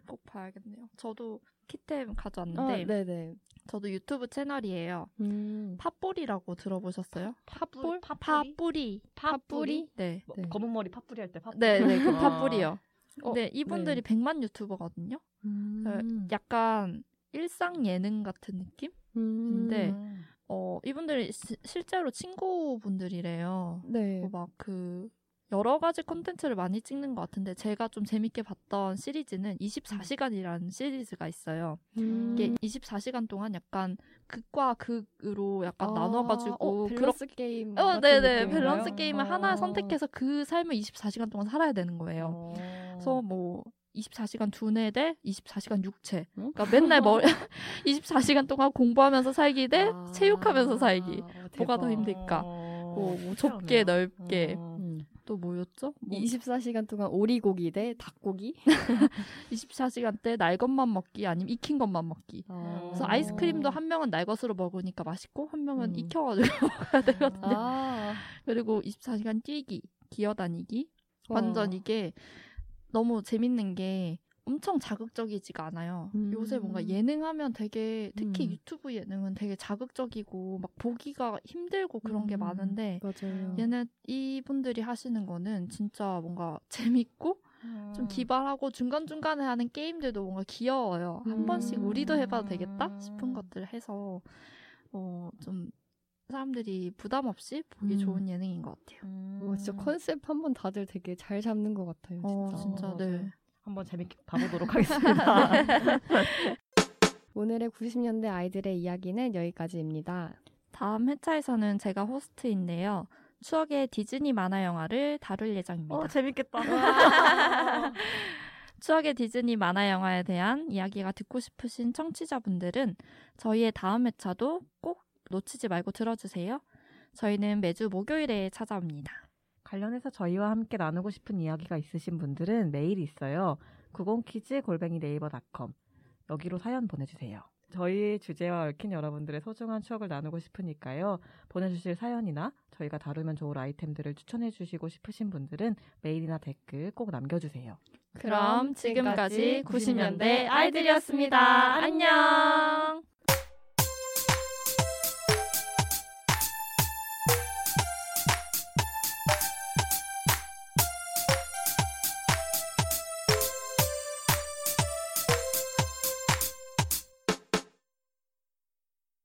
[SPEAKER 3] 꼭 봐야겠네요. 저도 키템
[SPEAKER 1] 아,
[SPEAKER 3] 가져왔는데
[SPEAKER 1] 네네.
[SPEAKER 3] 저도 유튜브 채널이에요.
[SPEAKER 1] 음.
[SPEAKER 3] 팥뿌리라고 들어보셨어요?
[SPEAKER 1] 팥불?
[SPEAKER 3] 팥뿌리.
[SPEAKER 1] 팥뿌리?
[SPEAKER 3] 네.
[SPEAKER 2] 뭐,
[SPEAKER 1] 네.
[SPEAKER 2] 검은 머리 파뿌리 할 때 파뿌리.
[SPEAKER 3] 네, 네, 그
[SPEAKER 2] 아.
[SPEAKER 3] 팥뿌리요.
[SPEAKER 1] 어,
[SPEAKER 3] 근데 이분들이 100만 유튜버거든요.
[SPEAKER 1] 음.
[SPEAKER 3] 약간 일상 예능 같은 느낌?
[SPEAKER 1] 음.
[SPEAKER 3] 근데 어, 이분들이 시- 실제로 친구분들이래요.
[SPEAKER 1] 네.
[SPEAKER 3] 막 그 여러 가지 콘텐츠를 많이 찍는 것 같은데 제가 좀 재밌게 봤던 시리즈는 24시간이라는 시리즈가 있어요.
[SPEAKER 1] 음.
[SPEAKER 3] 이게 24시간 동안 약간 극과 극으로 약간
[SPEAKER 1] 아,
[SPEAKER 3] 나눠가지고
[SPEAKER 1] 어, 밸런스 게임.
[SPEAKER 3] 그렇- 어,
[SPEAKER 1] 같은
[SPEAKER 3] 네네
[SPEAKER 1] 느낌인가요?
[SPEAKER 3] 밸런스 게임을 하나
[SPEAKER 1] 어.
[SPEAKER 3] 선택해서 그 삶을 24시간 동안 살아야 되는 거예요.
[SPEAKER 2] 어.
[SPEAKER 3] 그래서 뭐 24시간 두뇌 대 24시간 육체.
[SPEAKER 1] 응?
[SPEAKER 3] 그러니까 맨날 머리 24시간 동안 공부하면서 살기 대
[SPEAKER 1] 아.
[SPEAKER 3] 체육하면서 살기.
[SPEAKER 1] 어,
[SPEAKER 3] 뭐가 더
[SPEAKER 1] 대박.
[SPEAKER 3] 힘들- 힘들까?
[SPEAKER 2] 어,
[SPEAKER 3] 뭐, 뭐
[SPEAKER 2] 특이하네요.
[SPEAKER 3] 좁게 넓게
[SPEAKER 2] 어.
[SPEAKER 1] 음.
[SPEAKER 3] 또 뭐였죠? 뭐
[SPEAKER 1] 24시간 동안 오리고기 대 닭고기.
[SPEAKER 3] 24시간 때 날 것만 먹기 아니면 익힌 것만 먹기. 그래서
[SPEAKER 2] 어.
[SPEAKER 3] 아이스크림도 한 명은 날 것으로 먹으니까 맛있고 한 명은
[SPEAKER 1] 음.
[SPEAKER 3] 익혀가지고 먹어야 되거든요.
[SPEAKER 1] 아.
[SPEAKER 3] 그리고 24시간 뛰기, 기어다니기. 완전 이게 너무 재밌는 게 엄청 자극적이지가 않아요.
[SPEAKER 1] 음.
[SPEAKER 3] 요새 뭔가 예능하면 되게 특히
[SPEAKER 1] 음.
[SPEAKER 3] 유튜브 예능은 되게 자극적이고 막 보기가 힘들고 그런 게
[SPEAKER 1] 음.
[SPEAKER 3] 많은데
[SPEAKER 2] 음.
[SPEAKER 1] 맞아요.
[SPEAKER 3] 얘네 이분들이 하시는 거는 진짜 뭔가 재밌고
[SPEAKER 2] 아, 음.
[SPEAKER 3] 좀 기발하고 중간중간에 하는 게임들도 뭔가 귀여워요. 한
[SPEAKER 1] 음.
[SPEAKER 3] 번씩 우리도 해봐도 되겠다 싶은 것들 해서 어, 좀 사람들이 부담 없이 보기
[SPEAKER 6] 음.
[SPEAKER 3] 좋은 예능인 것
[SPEAKER 2] 음,
[SPEAKER 3] 같아요.
[SPEAKER 1] 와, 진짜 컨셉 한 번 다들 되게 잘 잡는 것 같아요.
[SPEAKER 3] 어,
[SPEAKER 1] 진짜.
[SPEAKER 3] 진짜
[SPEAKER 2] 맞아요.
[SPEAKER 3] 네.
[SPEAKER 2] 한번 재밌게 봐보도록 하겠습니다.
[SPEAKER 1] 오늘의 90년대 아이들의 이야기는 여기까지입니다.
[SPEAKER 3] 다음 회차에서는 제가 호스트인데요. 추억의 디즈니 만화 영화를 다룰 예정입니다.
[SPEAKER 2] 어, 재밌겠다.
[SPEAKER 3] 추억의 디즈니 만화 영화에 대한 이야기가 듣고 싶으신 청취자분들은 저희의 다음 회차도 꼭 놓치지 말고 들어주세요. 저희는 매주 목요일에 찾아옵니다.
[SPEAKER 2] 관련해서 저희와 함께 나누고 싶은 이야기가 있으신 분들은 메일이 있어요. 90키즈 골뱅이 네이버닷컴 여기로 사연 보내주세요. 저희 주제와 얽힌 여러분들의 소중한 추억을 나누고 싶으니까요. 보내주실 사연이나 저희가 다루면 좋을 아이템들을 추천해주시고 싶으신 분들은 메일이나 댓글 꼭 남겨주세요.
[SPEAKER 3] 그럼 지금까지 90년대 아이들이었습니다. 안녕!